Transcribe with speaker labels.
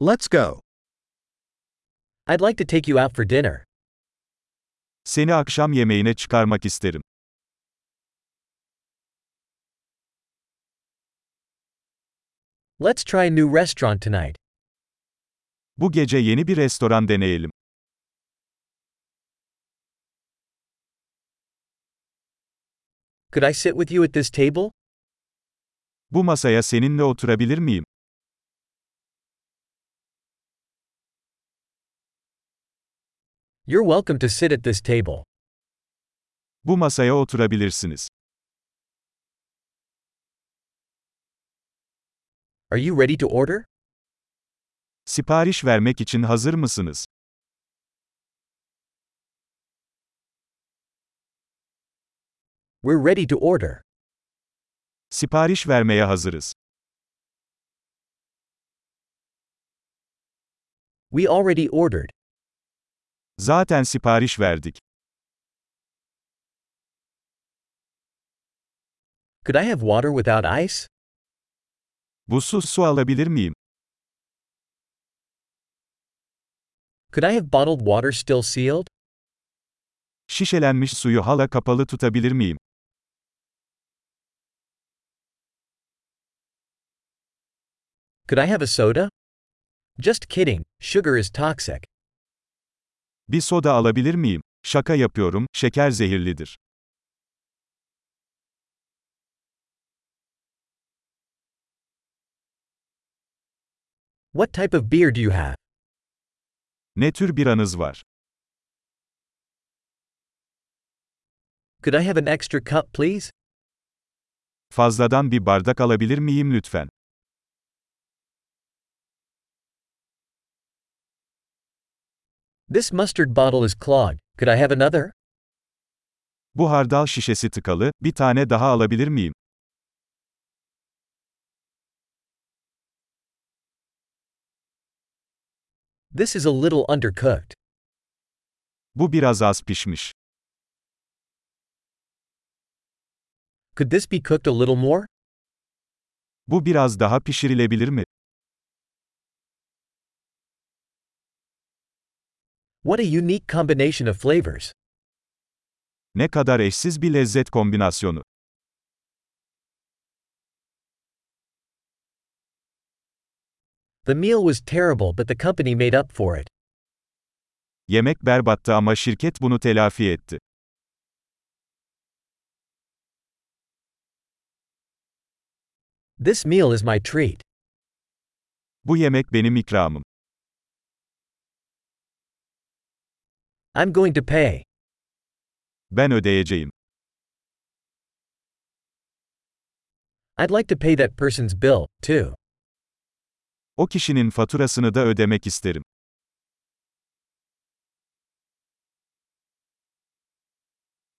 Speaker 1: Let's go.
Speaker 2: I'd like to take you out for dinner.
Speaker 3: Seni akşam yemeğine çıkarmak isterim.
Speaker 2: Let's try a new restaurant tonight.
Speaker 3: Bu gece yeni bir restoran deneyelim.
Speaker 2: Could I sit with you at this table?
Speaker 3: Bu masaya seninle oturabilir miyim?
Speaker 2: You're welcome to sit at this table.
Speaker 3: Bu masaya oturabilirsiniz.
Speaker 2: Are you ready to order?
Speaker 3: Sipariş vermek için hazır mısınız?
Speaker 2: We're ready to order.
Speaker 3: Sipariş vermeye hazırız.
Speaker 2: We already ordered.
Speaker 3: Zaten sipariş verdik.
Speaker 2: Could I have water without ice?
Speaker 3: Buzsuz su alabilir miyim?
Speaker 2: Could I have bottled water still sealed?
Speaker 3: Şişelenmiş suyu hala kapalı tutabilir miyim?
Speaker 2: Could I have a soda? Just kidding, sugar is toxic.
Speaker 3: Bir soda alabilir miyim? Şaka yapıyorum, şeker zehirlidir.
Speaker 2: What type of beer do you have?
Speaker 3: Ne tür bir anız var?
Speaker 2: Could I have an extra cup, please?
Speaker 3: Fazladan bir bardak alabilir miyim lütfen?
Speaker 2: This mustard bottle is clogged. Could I have another?
Speaker 3: Bu hardal şişesi tıkalı, bir tane daha alabilir miyim?
Speaker 2: This is a little undercooked.
Speaker 3: Bu biraz az pişmiş.
Speaker 2: Could this be cooked a little more?
Speaker 3: Bu biraz daha pişirilebilir mi?
Speaker 2: What a unique combination of flavors.
Speaker 3: Ne kadar eşsiz bir lezzet kombinasyonu.
Speaker 2: The meal was terrible, but the company made up for it.
Speaker 3: Yemek berbattı ama şirket bunu telafi etti.
Speaker 2: This meal is my treat.
Speaker 3: Bu yemek benim ikramım.
Speaker 2: I'm going to pay.
Speaker 3: Ben ödeyeceğim.
Speaker 2: I'd like to pay that person's bill, too.
Speaker 3: O kişinin faturasını da ödemek isterim.